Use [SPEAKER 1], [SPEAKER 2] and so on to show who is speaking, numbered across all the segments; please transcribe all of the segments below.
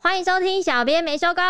[SPEAKER 1] 欢迎收听《小编没收工》。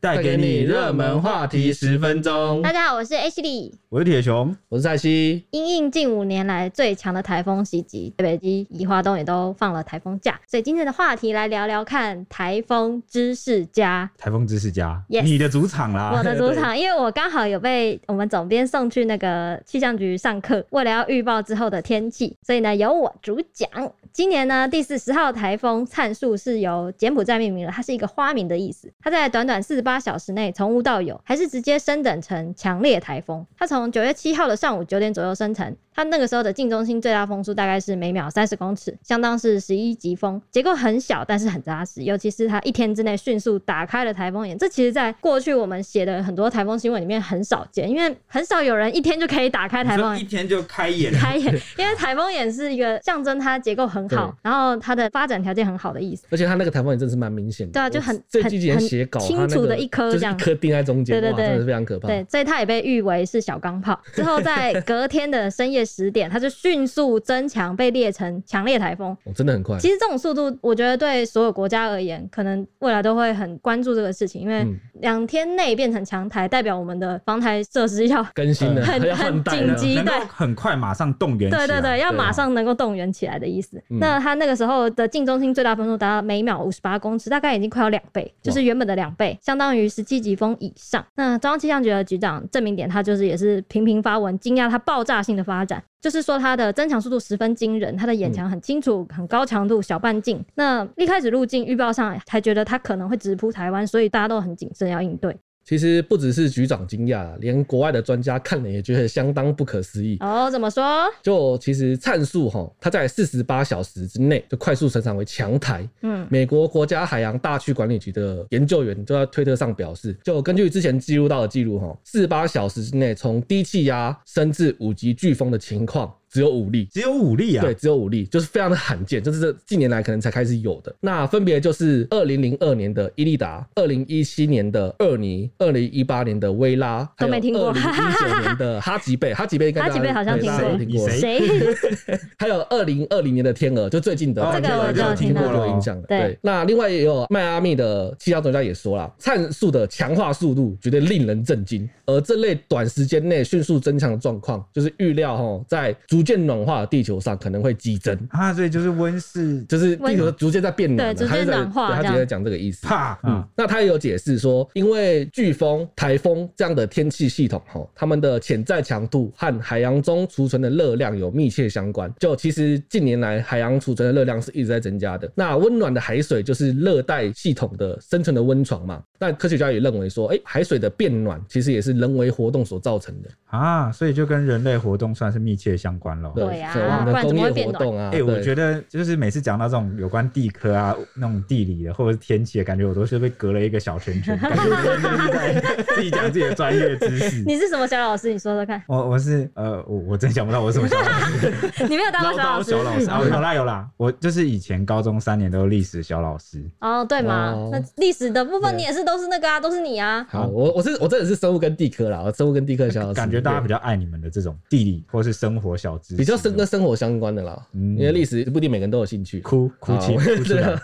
[SPEAKER 2] 带给你热门话题十分钟
[SPEAKER 1] 大。家好，我是 H 李。
[SPEAKER 2] 我是铁熊，
[SPEAKER 3] 我是蔡西，
[SPEAKER 1] 因应近五年来最强的台风袭击，北基、宜花东也都放了台风假，所以今天的话题来聊聊看台风知识家。
[SPEAKER 2] 台风知识家
[SPEAKER 1] Yes
[SPEAKER 2] 你的主场啦。
[SPEAKER 1] 我的主场，因为我刚好有被我们总编送去那个气象局上课，为了要预报之后的天气，所以呢由我主讲。今年呢第四十号台风灿树是由柬埔寨命名的，它是一个花名的意思。它在短短四十八小时内从无到有，还是直接升等成强烈台风。它从九月七号的上午九点左右生成，它那个时候的近中心最大风速大概是每秒三十公尺，相当是十一级风。结构很小，但是很扎实，尤其是它一天之内迅速打开了台风眼。这其实在过去我们写的很多台风新闻里面很少见，因为很少有人一天就可以打开台
[SPEAKER 2] 你
[SPEAKER 1] 风
[SPEAKER 2] 说
[SPEAKER 1] 眼
[SPEAKER 2] 一。天就开演，
[SPEAKER 1] 开眼，因为台风眼是一个象征它结构很好
[SPEAKER 3] 对，
[SPEAKER 1] 然后它的发展条件很好的意思。
[SPEAKER 3] 而且他那个台风也真的是蛮明显的，
[SPEAKER 1] 对啊
[SPEAKER 3] 我
[SPEAKER 1] 就很
[SPEAKER 3] 这几年写稿，
[SPEAKER 1] 很
[SPEAKER 3] 他
[SPEAKER 1] 清
[SPEAKER 3] 那个
[SPEAKER 1] 楚的一颗
[SPEAKER 3] 就是
[SPEAKER 1] 这样
[SPEAKER 3] 一颗钉在中间，
[SPEAKER 1] 对对
[SPEAKER 3] 哇，
[SPEAKER 1] 对
[SPEAKER 3] 真的是非常可怕。
[SPEAKER 1] 对，所以它也被誉为是小钢炮。之后在隔天的深夜十点，它就迅速增强，被列成强烈台风。
[SPEAKER 3] 哦，真的很快。
[SPEAKER 1] 其实这种速度，我觉得对所有国家而言，可能未来都会很关注这个事情，因为
[SPEAKER 3] 嗯
[SPEAKER 1] 两天内变成强台，代表我们的防台设施要
[SPEAKER 3] 更新了，
[SPEAKER 1] 呃很
[SPEAKER 3] 还要
[SPEAKER 1] 很
[SPEAKER 3] 换代
[SPEAKER 1] 紧
[SPEAKER 3] 了
[SPEAKER 1] 急
[SPEAKER 2] 能够
[SPEAKER 1] 对
[SPEAKER 2] 很快马上动员起
[SPEAKER 1] 对
[SPEAKER 2] 来。
[SPEAKER 1] 对对，要
[SPEAKER 3] 对啊
[SPEAKER 1] 马上能够动员起来的意思。
[SPEAKER 3] 嗯
[SPEAKER 1] 那它那个时候的近中心最大风速达到每秒五十八公尺，大概已经快要两倍，就是原本的两倍，相当于十七级风以上。那中央气象局的局长郑明典，他就是也是频频发文惊讶它爆炸性的发展。就是说，它的增强速度十分惊人，它的
[SPEAKER 3] 嗯
[SPEAKER 1] 眼墙很清楚，很高强度，小半径。那一开始路径预报上还觉得它可能会直扑台湾，所以大家都很谨慎要应对。
[SPEAKER 3] 其实不只是局长惊讶，连国外的专家看了也觉得相当不可思议。
[SPEAKER 1] 哦，怎么说？
[SPEAKER 3] 就其实灿数哈，它在四十八小时之内就快速成长为强台，
[SPEAKER 1] 嗯，
[SPEAKER 3] 美国国家海洋大区管理局的研究员就在推特上表示，就根据之前记录到的记录，哈，四十八小时之内从低气压升至五级飓风的情况只有五例。
[SPEAKER 2] 只有武力啊。
[SPEAKER 3] 对，，只有五例，就是非常的罕见，就是这近年来可能才开始有的。那分别就是二零零二年的伊利达、二零一七年的厄尼、二零一八年的薇拉，
[SPEAKER 1] 都没听过
[SPEAKER 3] 二零一九年的哈吉贝，哈吉贝应该大家
[SPEAKER 1] 哈吉贝好像
[SPEAKER 3] 对大
[SPEAKER 1] 听
[SPEAKER 3] 家
[SPEAKER 1] 过
[SPEAKER 3] 都听过
[SPEAKER 2] 以
[SPEAKER 3] 了
[SPEAKER 2] 谁。
[SPEAKER 1] 谁？
[SPEAKER 3] 还有二零二零年的天鹅，就最近的
[SPEAKER 2] 哦
[SPEAKER 1] 啊这个我就有听过
[SPEAKER 3] 有影响的。
[SPEAKER 1] 对
[SPEAKER 3] 对，那另外也有迈阿密的气象专家也说了，灿数的强化速度绝对令人震惊，而这类短时间内迅速增强的状况，就是预料哈，在逐渐暖化的地球上可能会激增，
[SPEAKER 2] 啊，所以就是温室
[SPEAKER 3] 就是地球逐渐在变暖了，
[SPEAKER 1] 对
[SPEAKER 3] 他
[SPEAKER 1] 逐
[SPEAKER 3] 就
[SPEAKER 1] 渐
[SPEAKER 3] 在
[SPEAKER 1] 暖化
[SPEAKER 3] 对他
[SPEAKER 1] 这
[SPEAKER 3] 直
[SPEAKER 1] 样
[SPEAKER 3] 接在讲这个意思。
[SPEAKER 2] 啪
[SPEAKER 3] 嗯
[SPEAKER 2] 啊，，
[SPEAKER 3] 那他也有解释说，因为飓风、台风这样的天气系统，哈，它们的潜在强度和海洋中储存的热量有密切相关。就其实近年来海洋储存的热量是一直在增加的。那温暖的海水就是热带系统的生存的温床嘛。那科学家也认为说，哎、海水的变暖其实也是人为活动所造成的，
[SPEAKER 2] 啊，所以就跟人类活动算是密切相关咯。
[SPEAKER 1] 对啊
[SPEAKER 3] 所以我们
[SPEAKER 1] 不
[SPEAKER 3] 的
[SPEAKER 1] 然怎
[SPEAKER 3] 工
[SPEAKER 1] 么会
[SPEAKER 3] 业
[SPEAKER 1] 变
[SPEAKER 3] 活动啊，
[SPEAKER 2] 哎、我
[SPEAKER 3] 对
[SPEAKER 2] 觉得就是每次讲到这种有关地科啊、那种地理的或者是天气的感觉，我都是被隔了一个小圈 圈，感觉我真的是在自己讲自己的专业知识。
[SPEAKER 1] 你是什么小老师？你说说看。
[SPEAKER 2] 我我是呃，我我真想不到我是什么小老师，
[SPEAKER 1] 你没有当过小老师？
[SPEAKER 2] 小 老师啊，我有啦有啦，我就是以前高中三年都是历史小老师，
[SPEAKER 1] 哦，对嘛？
[SPEAKER 3] 哦
[SPEAKER 1] 那历史的部分
[SPEAKER 3] 对
[SPEAKER 1] 你也是都是那个啊，都是你啊。
[SPEAKER 3] 好，我我是我真的是生物跟地科啦，我生物跟地科小老师
[SPEAKER 2] 感觉大家比
[SPEAKER 3] 对
[SPEAKER 2] 较爱你们的这种地理或是生活小知识，
[SPEAKER 3] 比较生跟生活相关的啦，
[SPEAKER 2] 嗯
[SPEAKER 3] 因为历史不一定每个人都有兴趣。
[SPEAKER 2] 哭哭泣
[SPEAKER 3] 好
[SPEAKER 2] 哭出来。啊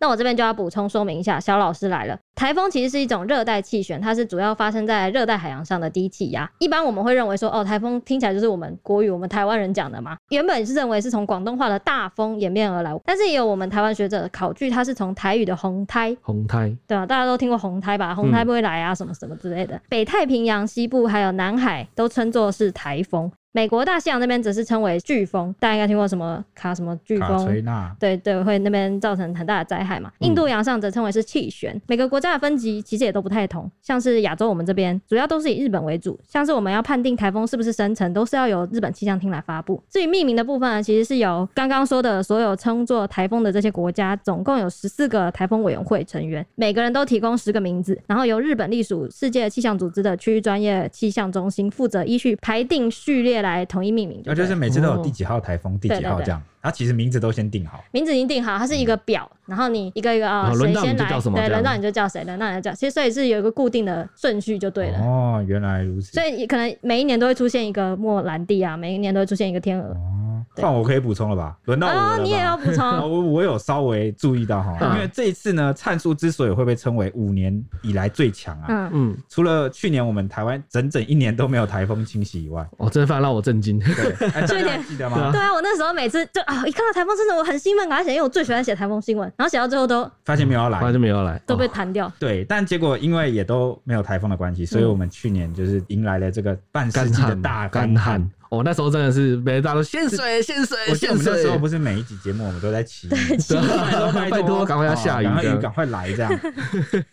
[SPEAKER 1] 那我这边就要补充说明一下，小老师来了。台风其实是一种热带气旋，它是主要发生在热带海洋上的低气压。一般我们会认为说，哦，台风听起来就是我们国语我们台湾人讲的嘛。原本是认为是从广东话的大风演变而来，但是也有我们台湾学者考据，它是从台语的红胎
[SPEAKER 3] 红胎，
[SPEAKER 1] 对啊，大家都听过红台吧？红台不会来啊，什么什么之类的。北太平洋西部还有南海都称作是台风，美国大西洋那边则是称为飓风。大家应该听过什么卡什么飓
[SPEAKER 2] 卡
[SPEAKER 1] 风
[SPEAKER 2] 崔？娜
[SPEAKER 1] 对对，会那边造成很大的灾害嘛。
[SPEAKER 2] 嗯
[SPEAKER 1] 印度洋上则称为是气旋，每个国家的分级其实也都不太同。像是亚洲我们这边主要都是以日本为主，像是我们要判定台风是不是生成，都是要由日本气象厅来发布。至于命名的部分呢，其实是由刚刚说的所有称作台风的这些国家，总共有十四个台风委员会成员，每个人都提供十个名字，然后由日本隶属世界气象组织的区域专业气象中心负责依序排定序列来统一命名对了。
[SPEAKER 2] 那啊就是每次都有第几号台风、第几号这样，他其实名字都先定好。
[SPEAKER 1] 名字已经定好，它是一个表，然后你一个一个啊，
[SPEAKER 3] 然后
[SPEAKER 1] 谁
[SPEAKER 3] 嗯哦轮到
[SPEAKER 1] 先
[SPEAKER 3] 你就
[SPEAKER 1] 来，
[SPEAKER 3] 叫什么
[SPEAKER 1] 对，
[SPEAKER 3] 这
[SPEAKER 1] 轮
[SPEAKER 3] 样
[SPEAKER 1] 到你就叫谁，轮到你就叫，其实所以是有一个固定的顺序就对了。
[SPEAKER 2] 哦，原来如此
[SPEAKER 1] 所。以可能每一年都会出现一个莫兰蒂啊，每一年都会出现一个天鹅，
[SPEAKER 2] 哦，
[SPEAKER 1] 对
[SPEAKER 2] 换我可以补充了吧？轮到我了
[SPEAKER 1] 哦，
[SPEAKER 2] 吧
[SPEAKER 1] 你也要补
[SPEAKER 2] 啊
[SPEAKER 1] 充，
[SPEAKER 2] 我我有稍微注意到哈，
[SPEAKER 3] 嗯
[SPEAKER 2] 因为这一次呢，灿数之所以会被称为五年以来最强啊，
[SPEAKER 1] 嗯，
[SPEAKER 3] 嗯，
[SPEAKER 2] 除了去年我们台湾整整一年都没有台风侵袭以外，
[SPEAKER 3] 哦，这番让我震惊。
[SPEAKER 2] 对，哎
[SPEAKER 1] 去年
[SPEAKER 2] 大家还记得
[SPEAKER 3] 对
[SPEAKER 2] 吗
[SPEAKER 3] 啊？
[SPEAKER 1] 对啊，我那时候每次就啊，一看到台风真的我很兴奋，赶快写，因为我最喜欢写台风新闻，然后写到最后都
[SPEAKER 2] 发现没有要
[SPEAKER 3] 反正
[SPEAKER 2] 来，
[SPEAKER 3] 就没有来，
[SPEAKER 1] 都被
[SPEAKER 3] 哦
[SPEAKER 1] 弹掉。
[SPEAKER 2] 对，但结果因为也都没有台风的
[SPEAKER 3] 嗯
[SPEAKER 2] 关系，所以我们去年就是迎来了这个半世
[SPEAKER 3] 干
[SPEAKER 2] 纪的
[SPEAKER 3] 旱
[SPEAKER 2] 大
[SPEAKER 3] 干
[SPEAKER 2] 旱
[SPEAKER 3] 旱。。哦，那时候真的是每大家都限水限水
[SPEAKER 2] 我记得我
[SPEAKER 3] 限
[SPEAKER 2] 们那
[SPEAKER 3] 水
[SPEAKER 2] 时候。不是每一集节目我们都在祈
[SPEAKER 1] 祈
[SPEAKER 2] 祷，
[SPEAKER 3] 拜托，赶快要下雨
[SPEAKER 2] 哦赶快
[SPEAKER 3] 这
[SPEAKER 2] 雨
[SPEAKER 3] 样，
[SPEAKER 2] 赶快来 这样。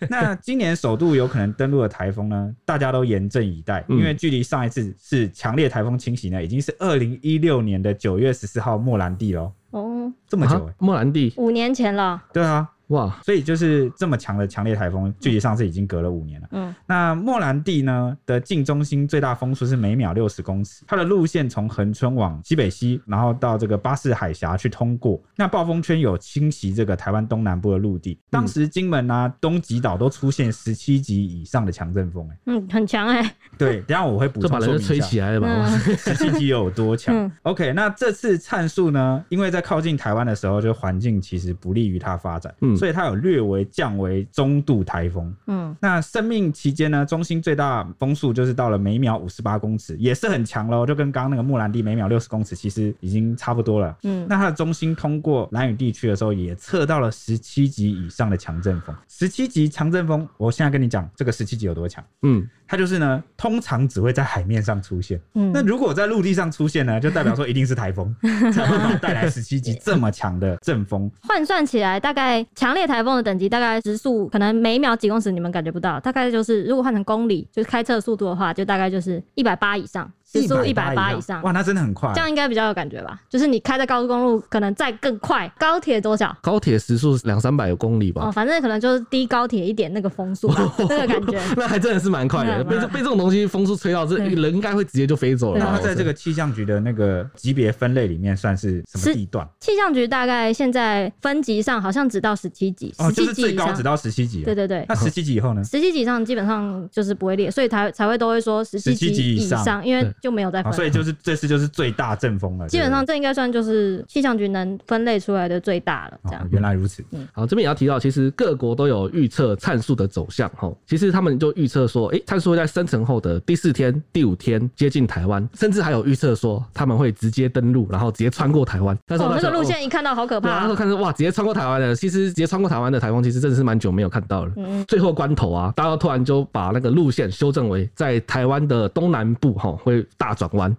[SPEAKER 2] 那今年首度有可能登陆的台风呢，大家都严阵以待，
[SPEAKER 3] 嗯
[SPEAKER 2] 因为距离上一次是强烈台风侵袭呢，已经是二零一六年的九月十四号莫兰蒂喽，
[SPEAKER 1] 哦，
[SPEAKER 2] 这么久哎、
[SPEAKER 3] 啊莫兰蒂，
[SPEAKER 1] 五年前了，
[SPEAKER 2] 对啊，
[SPEAKER 3] 哇，
[SPEAKER 2] 所以就是这么强的强烈台风，距离上次已经隔了五年了。
[SPEAKER 1] 嗯，
[SPEAKER 2] 那莫兰蒂呢的近中心最大风速是每秒六十公尺，它的路线从恒春往西北西，然后到这个巴士海峡去通过。那暴风圈有侵袭这个台湾东南部的陆
[SPEAKER 3] 嗯
[SPEAKER 2] 地，当时金门啊、东极岛都出现十七级以上的强阵 风、欸。
[SPEAKER 1] 嗯，很强哎、
[SPEAKER 2] 对，等一下我会补
[SPEAKER 3] 这把
[SPEAKER 2] 充
[SPEAKER 3] 人
[SPEAKER 2] 说
[SPEAKER 3] 就
[SPEAKER 2] 明一
[SPEAKER 3] 吹
[SPEAKER 2] 下。
[SPEAKER 3] 起来了吧？哇
[SPEAKER 1] 嗯，
[SPEAKER 2] 十七级有多强、
[SPEAKER 1] 嗯
[SPEAKER 2] o k 那这次灿数呢？因为在靠近台湾的时候，就环境其实不利于它发展，
[SPEAKER 3] 嗯
[SPEAKER 2] 所以它有略微降为中度台风。
[SPEAKER 1] 嗯，
[SPEAKER 2] 那生命期间呢，中心最大风速就是到了每秒五十八公尺，也是很强喽，就跟刚刚那个莫兰蒂每秒六十公尺其实已经差不多了。
[SPEAKER 1] 嗯
[SPEAKER 2] 那它的中心通过蓝雨地区的时候，也测到了十七级以上的强阵风。十七级强阵风，我现在跟你讲，这个十七级有多强。
[SPEAKER 3] 嗯，
[SPEAKER 2] 它就是呢，通常只会在海面上出现。
[SPEAKER 1] 嗯
[SPEAKER 2] 那如果在陆地上出现呢，就代表说一定是台 风，才有办法带来十七级这么强的阵风。
[SPEAKER 1] 换算起来，大概强烈台风的等级，大概时速可能每秒几公尺，你们感觉不到，大概就是如果换成公里，就是开车速度的话，就大概就是一百八以上，时速一百八以上
[SPEAKER 2] 哇，，那真的很快啊
[SPEAKER 1] 这。样应该比较有感觉吧？就是你开在高速公路，可能再更快，高铁多少？
[SPEAKER 3] 高铁时速两三百公里
[SPEAKER 1] 哦，
[SPEAKER 3] 吧，
[SPEAKER 1] 反正可能就是低高铁一点那个风速吧， 那个感觉。
[SPEAKER 3] 那还真的是蛮快的。
[SPEAKER 1] 嗯
[SPEAKER 3] 被这被这种东西风速吹到，这
[SPEAKER 1] 对
[SPEAKER 3] 人应该会直接就飞走
[SPEAKER 1] 对
[SPEAKER 3] 了
[SPEAKER 2] 那
[SPEAKER 3] 吧。
[SPEAKER 2] 它在这个气象局的那个级别分类里面算是什么
[SPEAKER 1] 是
[SPEAKER 2] 地段？
[SPEAKER 1] 气象局大概现在分级上好像只到十七级，
[SPEAKER 2] 哦，
[SPEAKER 1] 十
[SPEAKER 2] 就是
[SPEAKER 1] 七级
[SPEAKER 2] 最
[SPEAKER 1] 以
[SPEAKER 2] 高
[SPEAKER 1] 上，
[SPEAKER 2] 只到十七级哦。
[SPEAKER 1] 对对对
[SPEAKER 2] 那，十七级以后呢？
[SPEAKER 1] 十七级以上基本上就是不会列，所以才才会都会说十七
[SPEAKER 2] 17级
[SPEAKER 1] 级
[SPEAKER 2] 以上
[SPEAKER 1] 上，因为
[SPEAKER 3] 对
[SPEAKER 1] 就没有再
[SPEAKER 2] 啊，
[SPEAKER 1] 分。
[SPEAKER 2] 所以就是这次就是最大阵风了。
[SPEAKER 1] 基本上
[SPEAKER 2] 对
[SPEAKER 1] 这应该算就是气象局能分类出来的最大了，
[SPEAKER 2] 不
[SPEAKER 1] 这
[SPEAKER 2] 对
[SPEAKER 1] 样
[SPEAKER 2] 哦。原来如此。
[SPEAKER 1] 嗯
[SPEAKER 3] 好，这边也要提到，其实各国都有预测参数的走向哈。其实他们就预测说，诶、参数会在生成后的第四天、第五天接近台湾，甚至还有预测说他们会直接登陆，然后直接穿过台湾。那时候
[SPEAKER 1] 哦，
[SPEAKER 3] 大
[SPEAKER 1] 那
[SPEAKER 3] 家
[SPEAKER 1] 个路
[SPEAKER 3] 哦
[SPEAKER 1] 线一看到好可
[SPEAKER 3] 对啊，
[SPEAKER 1] 怕
[SPEAKER 3] 那时候
[SPEAKER 1] 哦。
[SPEAKER 3] 看是哇，直接穿过台湾的，其实直接穿过台湾的台风，其实真的是蛮久没有看到了。
[SPEAKER 1] 嗯，。
[SPEAKER 3] 最后关头啊，大家突然就把那个路线修正为在台湾的东南部哈会大转弯。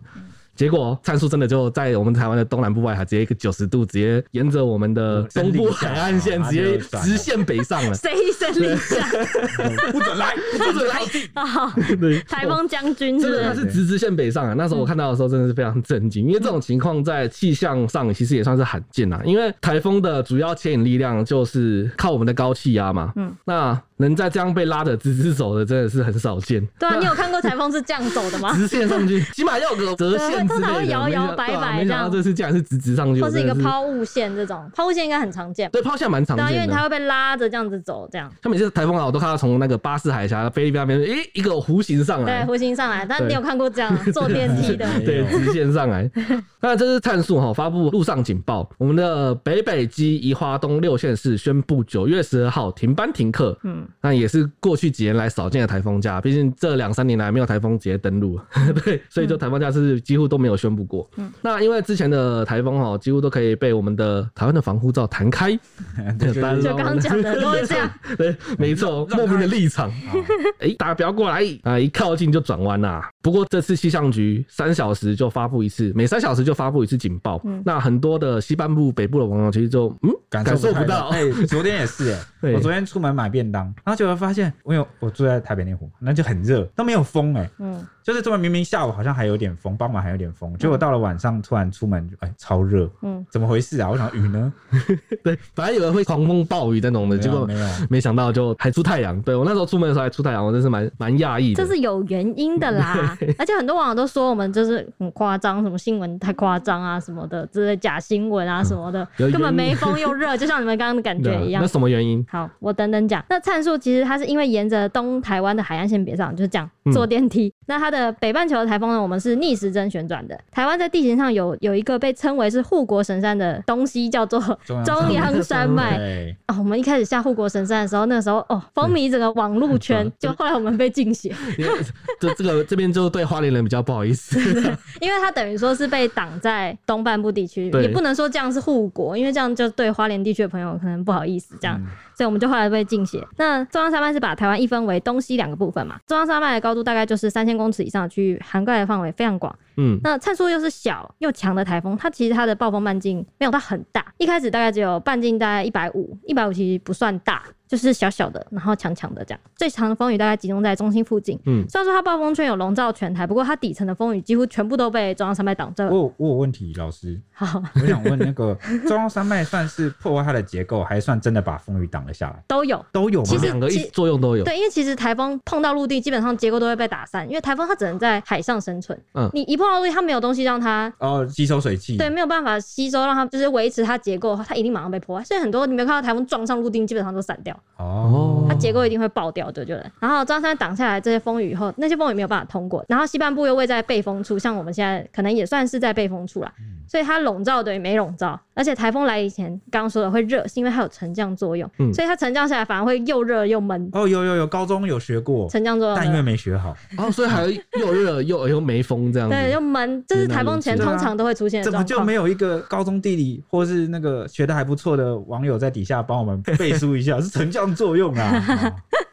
[SPEAKER 3] 结果参数真的就在我们台湾的东南部外海，直接一个九十度，直接沿着我们的
[SPEAKER 2] 森
[SPEAKER 3] 东
[SPEAKER 2] 林
[SPEAKER 3] 部
[SPEAKER 2] 下
[SPEAKER 3] 海岸线，
[SPEAKER 2] 啊
[SPEAKER 3] 直接
[SPEAKER 2] 就转了
[SPEAKER 3] 直线北上 了
[SPEAKER 1] 谁胜利战
[SPEAKER 2] 不准来，不准来！
[SPEAKER 1] 啊？
[SPEAKER 3] 对，
[SPEAKER 1] 台风将军是
[SPEAKER 3] 真
[SPEAKER 1] 不
[SPEAKER 3] 的它
[SPEAKER 1] 是？
[SPEAKER 3] 是直直线北上啊！那时候
[SPEAKER 1] 嗯
[SPEAKER 3] 我看到的时候真的是非常震惊，因为这种情况在气象上其实也算是罕见啦、因为台风的主要牵引力量就是靠我们的高气压嘛，
[SPEAKER 1] 嗯
[SPEAKER 3] 嗯，那能在这样被拉的直直走的真的是很少见。
[SPEAKER 1] 对啊，你有看过台风是这样走的吗？
[SPEAKER 3] 直线上去，起码要有个折线之
[SPEAKER 1] 啊对通常
[SPEAKER 3] 类
[SPEAKER 1] 会
[SPEAKER 3] 的，
[SPEAKER 1] 摇
[SPEAKER 3] 没想
[SPEAKER 1] 摇
[SPEAKER 3] 到
[SPEAKER 1] 摆
[SPEAKER 3] 对啊
[SPEAKER 1] 摆
[SPEAKER 3] 没
[SPEAKER 1] 这
[SPEAKER 3] 想到
[SPEAKER 1] 样
[SPEAKER 3] 这次竟然是直直上去，
[SPEAKER 1] 或是一个
[SPEAKER 3] 我真的
[SPEAKER 1] 抛物线这种，抛物线应该很常见吧。
[SPEAKER 3] 对抛线蛮常
[SPEAKER 1] 对啊，因为
[SPEAKER 3] 见
[SPEAKER 1] 它
[SPEAKER 3] 的。
[SPEAKER 1] 会被拉着这样子走，这样
[SPEAKER 3] 像每次台风啊，我都看到从那个巴士海峡菲律宾那边，诶、一个弧形上
[SPEAKER 1] 对
[SPEAKER 3] 来，
[SPEAKER 1] 弧形上来。但
[SPEAKER 3] 对
[SPEAKER 1] 你有看过这样啊坐电梯 的？
[SPEAKER 3] 对，
[SPEAKER 2] 没有
[SPEAKER 3] 直线上 来。那这是碳素哈发布陆上警报，我们的北北基宜花东六县市宣布九月十二号停班停课。
[SPEAKER 1] 嗯，
[SPEAKER 3] 那也是过去几年来少见的台风假，毕竟这两三年来没有台风直接登陆，
[SPEAKER 1] 嗯
[SPEAKER 3] 对，所以就台风假是几乎都没有宣布过。那因为之前的台风哈，几乎都可以被我们的台湾的防护罩弹 开，
[SPEAKER 2] 就是
[SPEAKER 1] 就刚刚讲的都会这样。
[SPEAKER 3] 对，
[SPEAKER 2] 哦
[SPEAKER 3] 没错，莫名的立场，
[SPEAKER 2] 啊
[SPEAKER 3] 哎、大家不要过来啊！一靠近就转弯啦。不过这次气象局三小时就发布一次，每三小时就发布一次警报。
[SPEAKER 1] 嗯
[SPEAKER 3] 那很多的西半部、北部的网友其实就嗯
[SPEAKER 2] 感
[SPEAKER 3] 感
[SPEAKER 2] 受不
[SPEAKER 3] 受不
[SPEAKER 2] 太
[SPEAKER 3] 到，
[SPEAKER 2] 哎、昨天也是哎、
[SPEAKER 3] 对
[SPEAKER 2] 我昨天出门买便当，然后结果发现，因为我住在台北内湖，那就很热，都没有风哎、
[SPEAKER 1] 嗯，
[SPEAKER 2] 就是这么明明下午好像还有点风，傍晚还有点风，结果到了晚上突然出门就哎、超热，
[SPEAKER 1] 嗯
[SPEAKER 2] 怎么回事啊？我想雨呢，
[SPEAKER 3] 对，本来以为会狂风暴雨那种的，
[SPEAKER 2] 没有
[SPEAKER 3] 结果
[SPEAKER 2] 啊没有
[SPEAKER 3] 没想到就还出太阳。对我那时候出门的时候还出太阳，我真是蛮蛮讶异的。
[SPEAKER 1] 这是有原因的啦。而且很多网友都说我们就是很夸张，什么新闻太夸张啊什么的，之类假新闻啊什么的，
[SPEAKER 3] 有原因
[SPEAKER 1] 根本没风又热，就像你们刚刚的感
[SPEAKER 3] 对啊
[SPEAKER 1] 觉一样
[SPEAKER 3] 那。什么原因？
[SPEAKER 1] 好，我等等讲。那参数其实它是因为沿着东台湾的海岸线北上，就是这样
[SPEAKER 3] 嗯
[SPEAKER 1] 坐电梯，那它的北半球的台风呢，我们是逆时针旋转的。台湾在地形上有有一个被称为是护国神山的东西，叫做
[SPEAKER 3] 啊
[SPEAKER 2] 中央
[SPEAKER 1] 中央山脉。
[SPEAKER 2] 对，
[SPEAKER 1] 哦，我们一开始下护国神山的时候，那个时候哦，风靡整个网路圈，就后来我们被禁血，
[SPEAKER 3] 这这个这边就对花莲人比较不好意 思。
[SPEAKER 1] 因为它等于说是被挡在东半部地区，
[SPEAKER 3] 对
[SPEAKER 1] 也不能说这样是护国，因为这样就对花莲地区的朋友可能不好意思这样，
[SPEAKER 2] 嗯
[SPEAKER 1] 所以我们就后来被禁血。那中央山脉是把台湾一分为东西两个部分嘛，中央山脉的高度大概就是三千公尺以上的区域，涵盖的范围非常广。
[SPEAKER 3] 嗯，
[SPEAKER 1] 那灿叔又是小又强的台风，它其实它的暴风半径没有到很大，一开始大概只有半径大概一百五，一百五其实不算大，就是小小的，然后强强的这样。最长的风雨大概集中在中心附近。
[SPEAKER 3] 嗯
[SPEAKER 1] 虽然说它暴风圈有笼罩全台，不过它底层的风雨几乎全部都被中央山脉挡住
[SPEAKER 2] 我。有我有问题，老师，
[SPEAKER 1] 好，
[SPEAKER 2] 我想问那个中央山脉算是破坏它的结构，还算真的把风雨挡了下来？
[SPEAKER 1] 都有。
[SPEAKER 2] 都有吗？
[SPEAKER 1] 其实
[SPEAKER 3] 两个一作用都有。
[SPEAKER 1] 对，因为其实台风碰到陆地，基本上结构都会被打散，因为台风它只能在海上生存。
[SPEAKER 3] 嗯
[SPEAKER 1] 你一碰到陆地，它没有东西让它
[SPEAKER 2] 哦，吸收水汽，
[SPEAKER 1] 对，没有办法吸收，让它就是维持它结构，它一定马上被破坏。所以很多你没有看到台风撞上陆地，基本上都散掉，
[SPEAKER 2] 哦
[SPEAKER 1] 它，结构一定会爆掉的，就是。然后中央山脉挡下来这些风雨以后，那些风雨没有办法通过，然后西半部又位在背风处，像我们现在可能也算是在背风处啦，
[SPEAKER 2] 嗯
[SPEAKER 1] 所以它笼罩的也没笼罩，而且台风来以前刚刚说的会热，是因为它有沉降作用，
[SPEAKER 3] 嗯
[SPEAKER 1] 所以它沉降下来反而会又热又闷，
[SPEAKER 2] 哦，有有有，高中有学过，
[SPEAKER 1] 沉降作用
[SPEAKER 2] 哦但因为
[SPEAKER 1] 的。
[SPEAKER 2] 没学好，
[SPEAKER 3] 哦，所以还有又热又又没风这样
[SPEAKER 1] 对，
[SPEAKER 3] 子
[SPEAKER 1] 又。闷，这是台风前
[SPEAKER 2] 对啊
[SPEAKER 1] 通常都会出现的
[SPEAKER 2] 怎么
[SPEAKER 1] 状
[SPEAKER 2] 就
[SPEAKER 1] 况
[SPEAKER 2] 没。有一个高中地理或是那个学的还不错的网友在底下帮我们背书一下？ 是沉降作 用啊！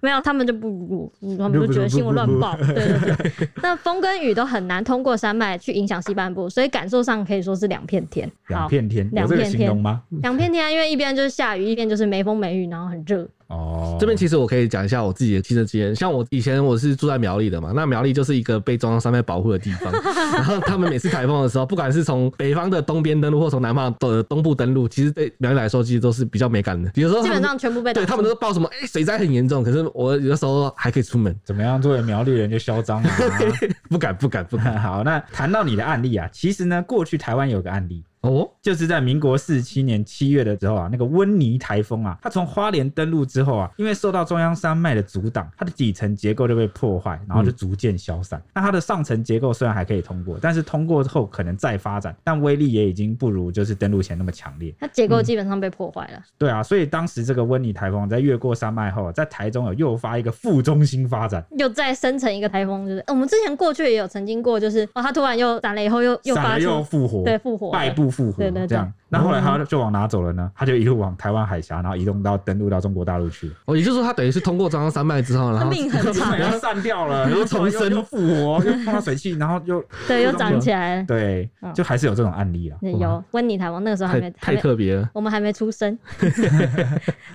[SPEAKER 1] 没有，他们就不不不，他们就觉得新闻乱 报。对对对，那风跟雨都很难通过山脉去影响西半部，所以感受上可以说是两片天。
[SPEAKER 2] 两
[SPEAKER 1] 好，
[SPEAKER 2] 片天，有
[SPEAKER 1] 两
[SPEAKER 2] 这个
[SPEAKER 1] 片
[SPEAKER 2] 形
[SPEAKER 1] 天
[SPEAKER 2] 容吗？
[SPEAKER 1] 两片天啊，因为一边就是下雨，一边就是没风没雨，然后很热。
[SPEAKER 2] 哦，
[SPEAKER 3] 这边其实我可以讲一下我自己的亲身经验，像我以前我是住在苗栗的嘛，那苗栗就是一个被中央山脉保护的地 方，然后他们每次台风的时候，不管是从北方的东边登陆或从南方的东部登陆，其实对苗栗来说其实都是比较没感的。比如说他
[SPEAKER 1] 基
[SPEAKER 3] 们
[SPEAKER 1] 本上全部被
[SPEAKER 3] 对
[SPEAKER 1] 挡
[SPEAKER 3] 他们
[SPEAKER 1] 住
[SPEAKER 3] 都报什么哎、水灾很严重，可是我有的时候还可以出门，
[SPEAKER 2] 怎么样？作为苗栗人就嚣张啊！
[SPEAKER 3] 不敢不敢不敢
[SPEAKER 2] 好，那谈到你的案例啊，其实呢，过去台湾有个案例，
[SPEAKER 3] 哦，
[SPEAKER 2] 就是在民国四十七年七月的时候啊，那个温尼台风啊，它从花莲登陆之后啊，因为受到中央山脉的阻挡，它的底层结构就被破坏，然后就逐渐消散。那它的上层结构虽然还可以通过，但是通过后可能再发展，但威力也已经不如就是登陆前那么强烈。
[SPEAKER 1] 它结构基本上被破坏了。
[SPEAKER 2] 对啊，所以当时这个温尼台风在越过山脉后啊，在台中有诱发一个副中心发展，
[SPEAKER 1] 又再生成一个台风，就是、呃我们之前过去也有曾经过，就是哦，它突然又散了以后又又
[SPEAKER 2] 散
[SPEAKER 1] 发
[SPEAKER 2] 了又
[SPEAKER 1] 出
[SPEAKER 2] 复活，
[SPEAKER 1] 对复活了
[SPEAKER 2] 败部复活，
[SPEAKER 1] 对对对
[SPEAKER 2] 这样。那后来他就往哪走了呢？他就一路往台湾海峡，然后移动到登陆到中国大陆去了。
[SPEAKER 3] 哦，也就是说他等于是通过中央山脉之后，然
[SPEAKER 1] 它
[SPEAKER 3] 后
[SPEAKER 1] 命很 长，
[SPEAKER 2] 然后散掉了，
[SPEAKER 3] 然后重生
[SPEAKER 2] 又复 活，又碰到水汽，然后又
[SPEAKER 1] 对，又长起来了。
[SPEAKER 2] 对，
[SPEAKER 1] 嗯
[SPEAKER 2] 就还是有这种案例啊。
[SPEAKER 1] 有温尼台风那个时候啊还
[SPEAKER 3] 太
[SPEAKER 1] 没还
[SPEAKER 3] 太
[SPEAKER 1] 没
[SPEAKER 3] 特别了。
[SPEAKER 1] 我们还没出生。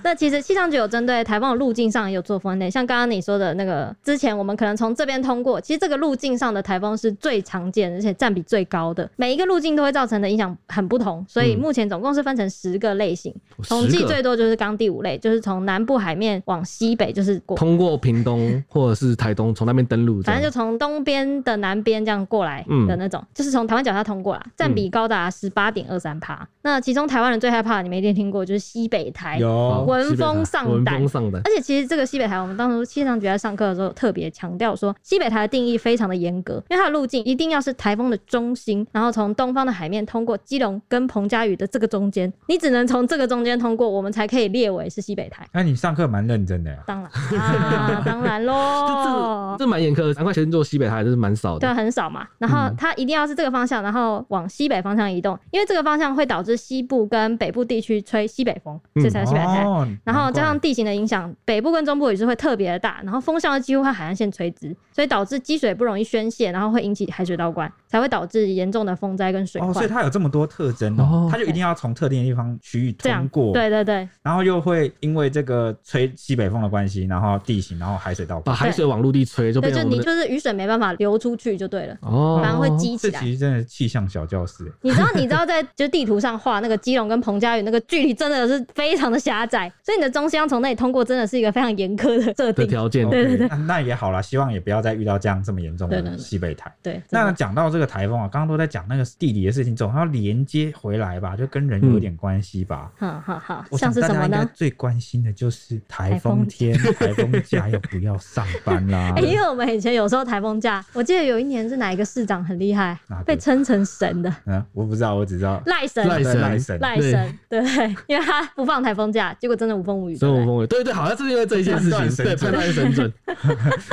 [SPEAKER 1] 那其实气象局有针对台风的路径上也有做分类，像刚刚你说的那个，之前我们可能从这边通过，其实这个路径上的台风是最常见，而且占比最高的，每一个路径都会造成的影响很不同，所以
[SPEAKER 3] 嗯
[SPEAKER 1] 目前总共是分成十个类型，统
[SPEAKER 3] 十
[SPEAKER 1] 计
[SPEAKER 3] 个
[SPEAKER 1] 最多就是刚第五类，就是从南部海面往西北，就是过，
[SPEAKER 3] 通过屏东或者是台东，从那边登陆这
[SPEAKER 1] 反
[SPEAKER 3] 样，嗯
[SPEAKER 1] 正就从东边的南边这样过来的那种，就是从台湾脚下通过啦，占比高达十八点二三趴。那其中台湾人最害怕，你们一定听过，就是西北台
[SPEAKER 3] 好
[SPEAKER 2] 有
[SPEAKER 1] 闻
[SPEAKER 3] 西北
[SPEAKER 1] 风
[SPEAKER 3] 台
[SPEAKER 1] 丧
[SPEAKER 3] 闻
[SPEAKER 1] 胆
[SPEAKER 3] 风丧胆。
[SPEAKER 1] 而且其实这个西北台，我们当初气象局在上课的时候有特别强调说，西北台的定义非常的严格，因为它的路径一定要是台风的中心，然后从东方的海面通过基隆跟彭佳屿的这个中间，你只能从这个中间通过，我们才可以列为是西北台。
[SPEAKER 2] 那你上课蛮认真的呀。
[SPEAKER 1] 当然啊，当然
[SPEAKER 3] 这
[SPEAKER 1] 喽。
[SPEAKER 3] 这蛮严苛的，难怪学生做西北台就是蛮少
[SPEAKER 1] 哦对，啊
[SPEAKER 3] 的。
[SPEAKER 1] 很少嘛。然后它一定要是这个方向，然后往西北方向移动，因为这个方向会导致西部跟北部地区吹西北风，
[SPEAKER 3] 嗯
[SPEAKER 1] 这才是西北台。
[SPEAKER 2] 哦
[SPEAKER 1] 然后加
[SPEAKER 2] 难
[SPEAKER 1] 上
[SPEAKER 2] 怪
[SPEAKER 1] 地形的影响，北部跟中部也是会特别的大，然后风向几乎和海岸线垂直，所以导致积水不容易宣泄，然后会引起海水倒灌，才会导致严重的风灾跟水
[SPEAKER 2] 哦，所
[SPEAKER 1] 患。
[SPEAKER 2] 以它有这么多特征哦
[SPEAKER 3] 哦，
[SPEAKER 2] 它就一定要从特定的地方区域
[SPEAKER 1] 这样
[SPEAKER 2] 通过，
[SPEAKER 1] 对对对，
[SPEAKER 2] 然后又会因为这个吹西北风的关系，然后地形，然后海水倒
[SPEAKER 3] 把
[SPEAKER 2] 灌，
[SPEAKER 3] 海水往陆地吹，就
[SPEAKER 1] 对，
[SPEAKER 3] 变
[SPEAKER 1] 就
[SPEAKER 3] 成
[SPEAKER 1] 你
[SPEAKER 3] 我们的
[SPEAKER 1] 就是雨水没办法流出去就对了，
[SPEAKER 3] 哦，
[SPEAKER 1] 反而会积
[SPEAKER 2] 这
[SPEAKER 1] 起来。
[SPEAKER 2] 其实真的是气象小教室。欸
[SPEAKER 1] 你知道，你知道在就是地图上画那个基隆跟彭佳屿那个距离真的是非常的狭窄，所以你的中心要从那里通过，真的是一个非常严苛的设
[SPEAKER 3] 的
[SPEAKER 1] 定。
[SPEAKER 3] 条件。
[SPEAKER 2] 对对对，那那也好啦，希望也不要再遇到这样这么严重
[SPEAKER 1] 对对
[SPEAKER 2] 的
[SPEAKER 1] 对
[SPEAKER 2] 西北台。
[SPEAKER 1] 对，真
[SPEAKER 2] 那
[SPEAKER 1] 的嗯
[SPEAKER 2] 讲到这个台风啊，刚刚都在讲那个地理的事情，总要连接回来吧。吧，就跟人有点关系吧。
[SPEAKER 1] 好好好，
[SPEAKER 2] 我
[SPEAKER 1] 嗯像
[SPEAKER 2] 想
[SPEAKER 1] 是
[SPEAKER 2] 大
[SPEAKER 1] 什
[SPEAKER 2] 家
[SPEAKER 1] 么
[SPEAKER 2] 应该
[SPEAKER 1] 呢？？
[SPEAKER 2] 最关心的就是台风天、台风假要不要上班啦
[SPEAKER 1] 哎、因为我们以前有时候台风假，我记得有一年是哪一个市长很厉害
[SPEAKER 2] 哪个，
[SPEAKER 1] 被称成神的
[SPEAKER 2] 嗯，我不知道，我只知道
[SPEAKER 1] 赖神，
[SPEAKER 3] 赖
[SPEAKER 2] 对
[SPEAKER 3] 神
[SPEAKER 2] 赖神，
[SPEAKER 1] 赖神，对， 因为他不放台风假，结果真的无风无雨。
[SPEAKER 3] 所以
[SPEAKER 1] 对不
[SPEAKER 3] 我
[SPEAKER 1] 对
[SPEAKER 3] 们会对对，好像是因为这一件事
[SPEAKER 2] 判断
[SPEAKER 3] 情，
[SPEAKER 2] 神
[SPEAKER 3] 对
[SPEAKER 2] 准
[SPEAKER 3] 判断 神准，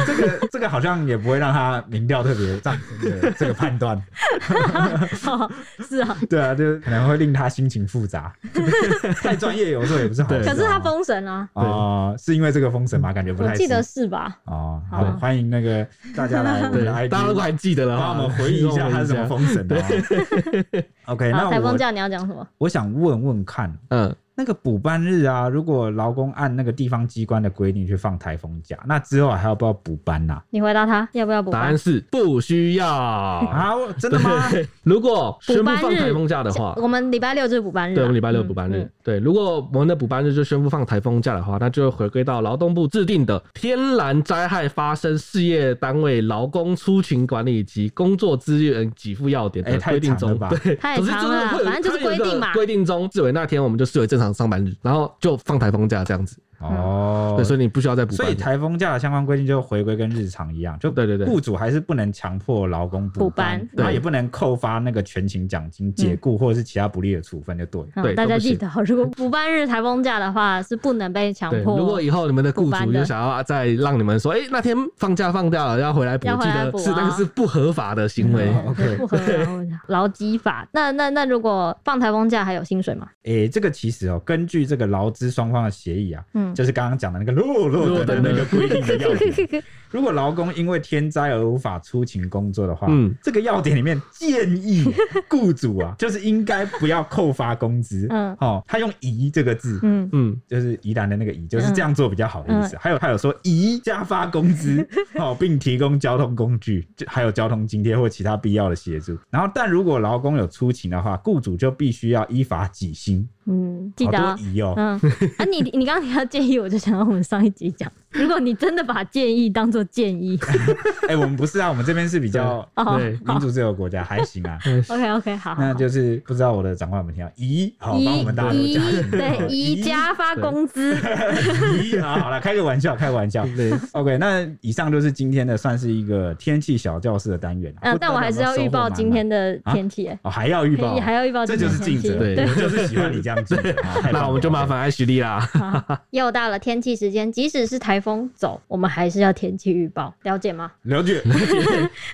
[SPEAKER 2] 这个这个好像也不会让他民调特别上升的这个判 断。
[SPEAKER 1] 哦是啊、
[SPEAKER 2] 对啊，就是可能会令他心情 复杂，太专业有时候也不是好事啊。
[SPEAKER 3] 对
[SPEAKER 1] 可是他封神啊，
[SPEAKER 2] 啊，是因为这个封神吗？感觉不
[SPEAKER 1] 我
[SPEAKER 2] 太
[SPEAKER 1] 记得
[SPEAKER 2] 是
[SPEAKER 1] 是吧？
[SPEAKER 2] 哦。
[SPEAKER 1] 好
[SPEAKER 2] 好，欢迎那个大家来我们
[SPEAKER 3] 对
[SPEAKER 2] 的，
[SPEAKER 3] 大家如果
[SPEAKER 2] IG，
[SPEAKER 3] 还记得的话，
[SPEAKER 2] 嗯帮我们回忆一 下他是怎么封神的啊。OK，那
[SPEAKER 3] 哎
[SPEAKER 1] 好，台风
[SPEAKER 2] 我
[SPEAKER 1] 假你要讲什么？
[SPEAKER 2] 我想问问看，
[SPEAKER 3] 嗯，
[SPEAKER 2] 那个补班日啊，如果劳工按那个地方机关的规定去放台风假，那之后还要不要补班啊呐？
[SPEAKER 1] 你回答他要不要补
[SPEAKER 3] 答
[SPEAKER 1] 班
[SPEAKER 3] 案？是不需要。
[SPEAKER 2] 啊，我真的吗？
[SPEAKER 3] 哦对如果宣
[SPEAKER 1] 补
[SPEAKER 3] 布
[SPEAKER 1] 班
[SPEAKER 3] 放
[SPEAKER 1] 日
[SPEAKER 3] 台风假的话，
[SPEAKER 1] 我们礼拜六就是补班日啊、
[SPEAKER 3] 对，我们礼拜六
[SPEAKER 1] 嗯
[SPEAKER 3] 补班日。
[SPEAKER 1] 嗯
[SPEAKER 3] 对，如果我们的补班日就宣布放台风假的话，那就会回归到劳动部制定的《天然灾害发生事业单位劳工出勤管理及工作资源给付要点》
[SPEAKER 2] 哎
[SPEAKER 3] 的
[SPEAKER 2] 太
[SPEAKER 3] 规定
[SPEAKER 2] 长了
[SPEAKER 3] 中。
[SPEAKER 2] 吧
[SPEAKER 3] 对，
[SPEAKER 1] 太
[SPEAKER 3] 总之
[SPEAKER 1] 长
[SPEAKER 3] 就是
[SPEAKER 1] 了
[SPEAKER 3] 会有
[SPEAKER 1] 反正就是
[SPEAKER 3] 它有一
[SPEAKER 1] 规
[SPEAKER 3] 个
[SPEAKER 1] 定嘛
[SPEAKER 3] 规定中视为那天我们就视为正常上班日，然后就放台风假这样子。
[SPEAKER 2] 哦
[SPEAKER 3] 对，，所以你不需要再补
[SPEAKER 2] 所
[SPEAKER 3] 班
[SPEAKER 2] 以
[SPEAKER 3] 了。
[SPEAKER 2] 台风假的相关规定就回归跟日常一样，就
[SPEAKER 3] 对对对
[SPEAKER 2] 雇主还是不能强迫劳工补
[SPEAKER 1] 补班
[SPEAKER 2] 然后
[SPEAKER 3] 对嗯
[SPEAKER 2] 也不能扣发那个全勤奖金、解雇或者是其他不利的处分，就对了。
[SPEAKER 1] 好
[SPEAKER 3] 对
[SPEAKER 1] 大
[SPEAKER 3] 都
[SPEAKER 1] 家
[SPEAKER 3] 不
[SPEAKER 1] 记
[SPEAKER 3] 行
[SPEAKER 1] 得哦， 如果补班日、台风假的话，是不能被强
[SPEAKER 3] 对，
[SPEAKER 1] 迫。
[SPEAKER 3] 如果以后你们的
[SPEAKER 1] 补
[SPEAKER 3] 雇
[SPEAKER 1] 班
[SPEAKER 3] 主
[SPEAKER 1] 的
[SPEAKER 3] 又想要再让你们说，哎、那天放假放掉了，要回来补，
[SPEAKER 1] 要回
[SPEAKER 3] 记
[SPEAKER 1] 来
[SPEAKER 3] 得
[SPEAKER 1] 补
[SPEAKER 3] 是那
[SPEAKER 1] 啊
[SPEAKER 3] 个是不合法的行为。
[SPEAKER 2] 哦 OK
[SPEAKER 1] 不合劳劳基法。那那那如果放台风假还有薪水吗？
[SPEAKER 2] 诶、这个其实哦，根据这个劳资双方的协议啊，
[SPEAKER 1] 嗯
[SPEAKER 2] 就是刚刚讲的那个落落的那个规定的要点，如果劳工因为天灾而无法出勤工作的话，
[SPEAKER 3] 嗯
[SPEAKER 2] 这个要点里面建议雇主啊，就是应该不要扣发工资。
[SPEAKER 1] 嗯
[SPEAKER 2] 哦，他用“宜”这个字，
[SPEAKER 1] 嗯，
[SPEAKER 3] 嗯，
[SPEAKER 2] 就是宜兰的那个宜，就是这样做比较好的意思。还有还有说宜加发工资哦，并提供交通工具，就还有交通津贴或其他必要的协助。然后，但如果劳工有出勤的话，雇主就必须要依法给薪，
[SPEAKER 1] 嗯，记
[SPEAKER 2] 好
[SPEAKER 1] 得、
[SPEAKER 2] 多
[SPEAKER 1] 哦。
[SPEAKER 2] 宜哦。
[SPEAKER 1] 嗯，啊你， 你刚刚提到建议，我就想到我们上一集讲，如果你真的把建议当做建 议，
[SPEAKER 2] 哎、我们不是啊，我们这边是比较
[SPEAKER 1] 哦
[SPEAKER 3] 对，
[SPEAKER 2] 民主自由国家，还行 啊。
[SPEAKER 1] ，OK OK，好好
[SPEAKER 2] 那
[SPEAKER 1] 好
[SPEAKER 2] 就是不知道我的长官有没有听到宜，好
[SPEAKER 1] 一
[SPEAKER 2] 帮我们大家都
[SPEAKER 1] 一
[SPEAKER 2] 加薪
[SPEAKER 1] 对一加发工资，
[SPEAKER 2] 宜啊，好了，开个玩笑，开个 玩笑。
[SPEAKER 3] 对，
[SPEAKER 2] OK，那以上就是今天的算是一个天气小教室的单元啊。
[SPEAKER 1] 嗯
[SPEAKER 2] 不，知道
[SPEAKER 1] 但我还是要
[SPEAKER 2] 有没有
[SPEAKER 1] 预报
[SPEAKER 2] 收获
[SPEAKER 1] 今
[SPEAKER 2] 满
[SPEAKER 1] 天
[SPEAKER 2] 满
[SPEAKER 1] 的天气、欸，
[SPEAKER 2] 哦，还要预报，
[SPEAKER 1] 还要预报
[SPEAKER 2] 这
[SPEAKER 1] 今
[SPEAKER 2] 就
[SPEAKER 1] 天
[SPEAKER 2] 是
[SPEAKER 1] 的
[SPEAKER 2] 尽
[SPEAKER 1] 天气
[SPEAKER 2] 责，，
[SPEAKER 3] 对
[SPEAKER 2] 我就是喜欢你这样 记者。啊太棒
[SPEAKER 3] 那
[SPEAKER 2] 了
[SPEAKER 3] 我们就麻烦艾徐丽啦。
[SPEAKER 1] 又到了天气时间，即使是台风走，我们还是要天气预报，了解吗？
[SPEAKER 2] 了解。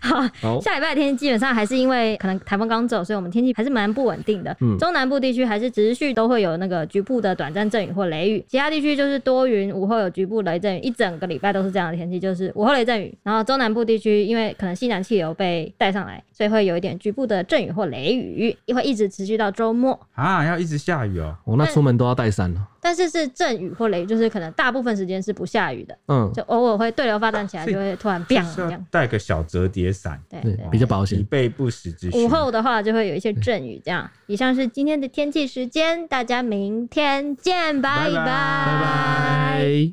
[SPEAKER 1] 好，
[SPEAKER 3] 好，
[SPEAKER 1] 下礼拜的天气基本上还是因为可能台风刚走，所以我们天气还是蛮不稳定的。
[SPEAKER 3] 嗯
[SPEAKER 1] 中南部地区还是持续都会有那个局部的短暂阵雨或雷雨，其他地区就是多云，午后有局部雷阵雨，一整个礼拜都是这样的天气，就是午后雷阵雨。然后中南部地区因为可能西南气流被带上来，所以会有一点局部的阵雨或雷雨，也会一直持续到周末。
[SPEAKER 2] 啊，要一直下雨哦。
[SPEAKER 3] 我那出门都要带伞了。
[SPEAKER 1] 但是是阵雨或雷雨，就是可能大部分时间是不下雨的，
[SPEAKER 3] 嗯，
[SPEAKER 1] 就偶尔会对流发展起来，就会突然 biang
[SPEAKER 2] 是
[SPEAKER 1] 这
[SPEAKER 2] 要
[SPEAKER 1] 样。
[SPEAKER 2] 带个小折叠伞，
[SPEAKER 1] 对
[SPEAKER 3] 对
[SPEAKER 1] 对，
[SPEAKER 3] 比较保
[SPEAKER 2] 以
[SPEAKER 3] 险。
[SPEAKER 2] 备不时之需。
[SPEAKER 1] 午后的话就会有一些阵雨，这样。以上是今天的天气时间，大家明天见，拜
[SPEAKER 2] 拜拜
[SPEAKER 3] 拜拜。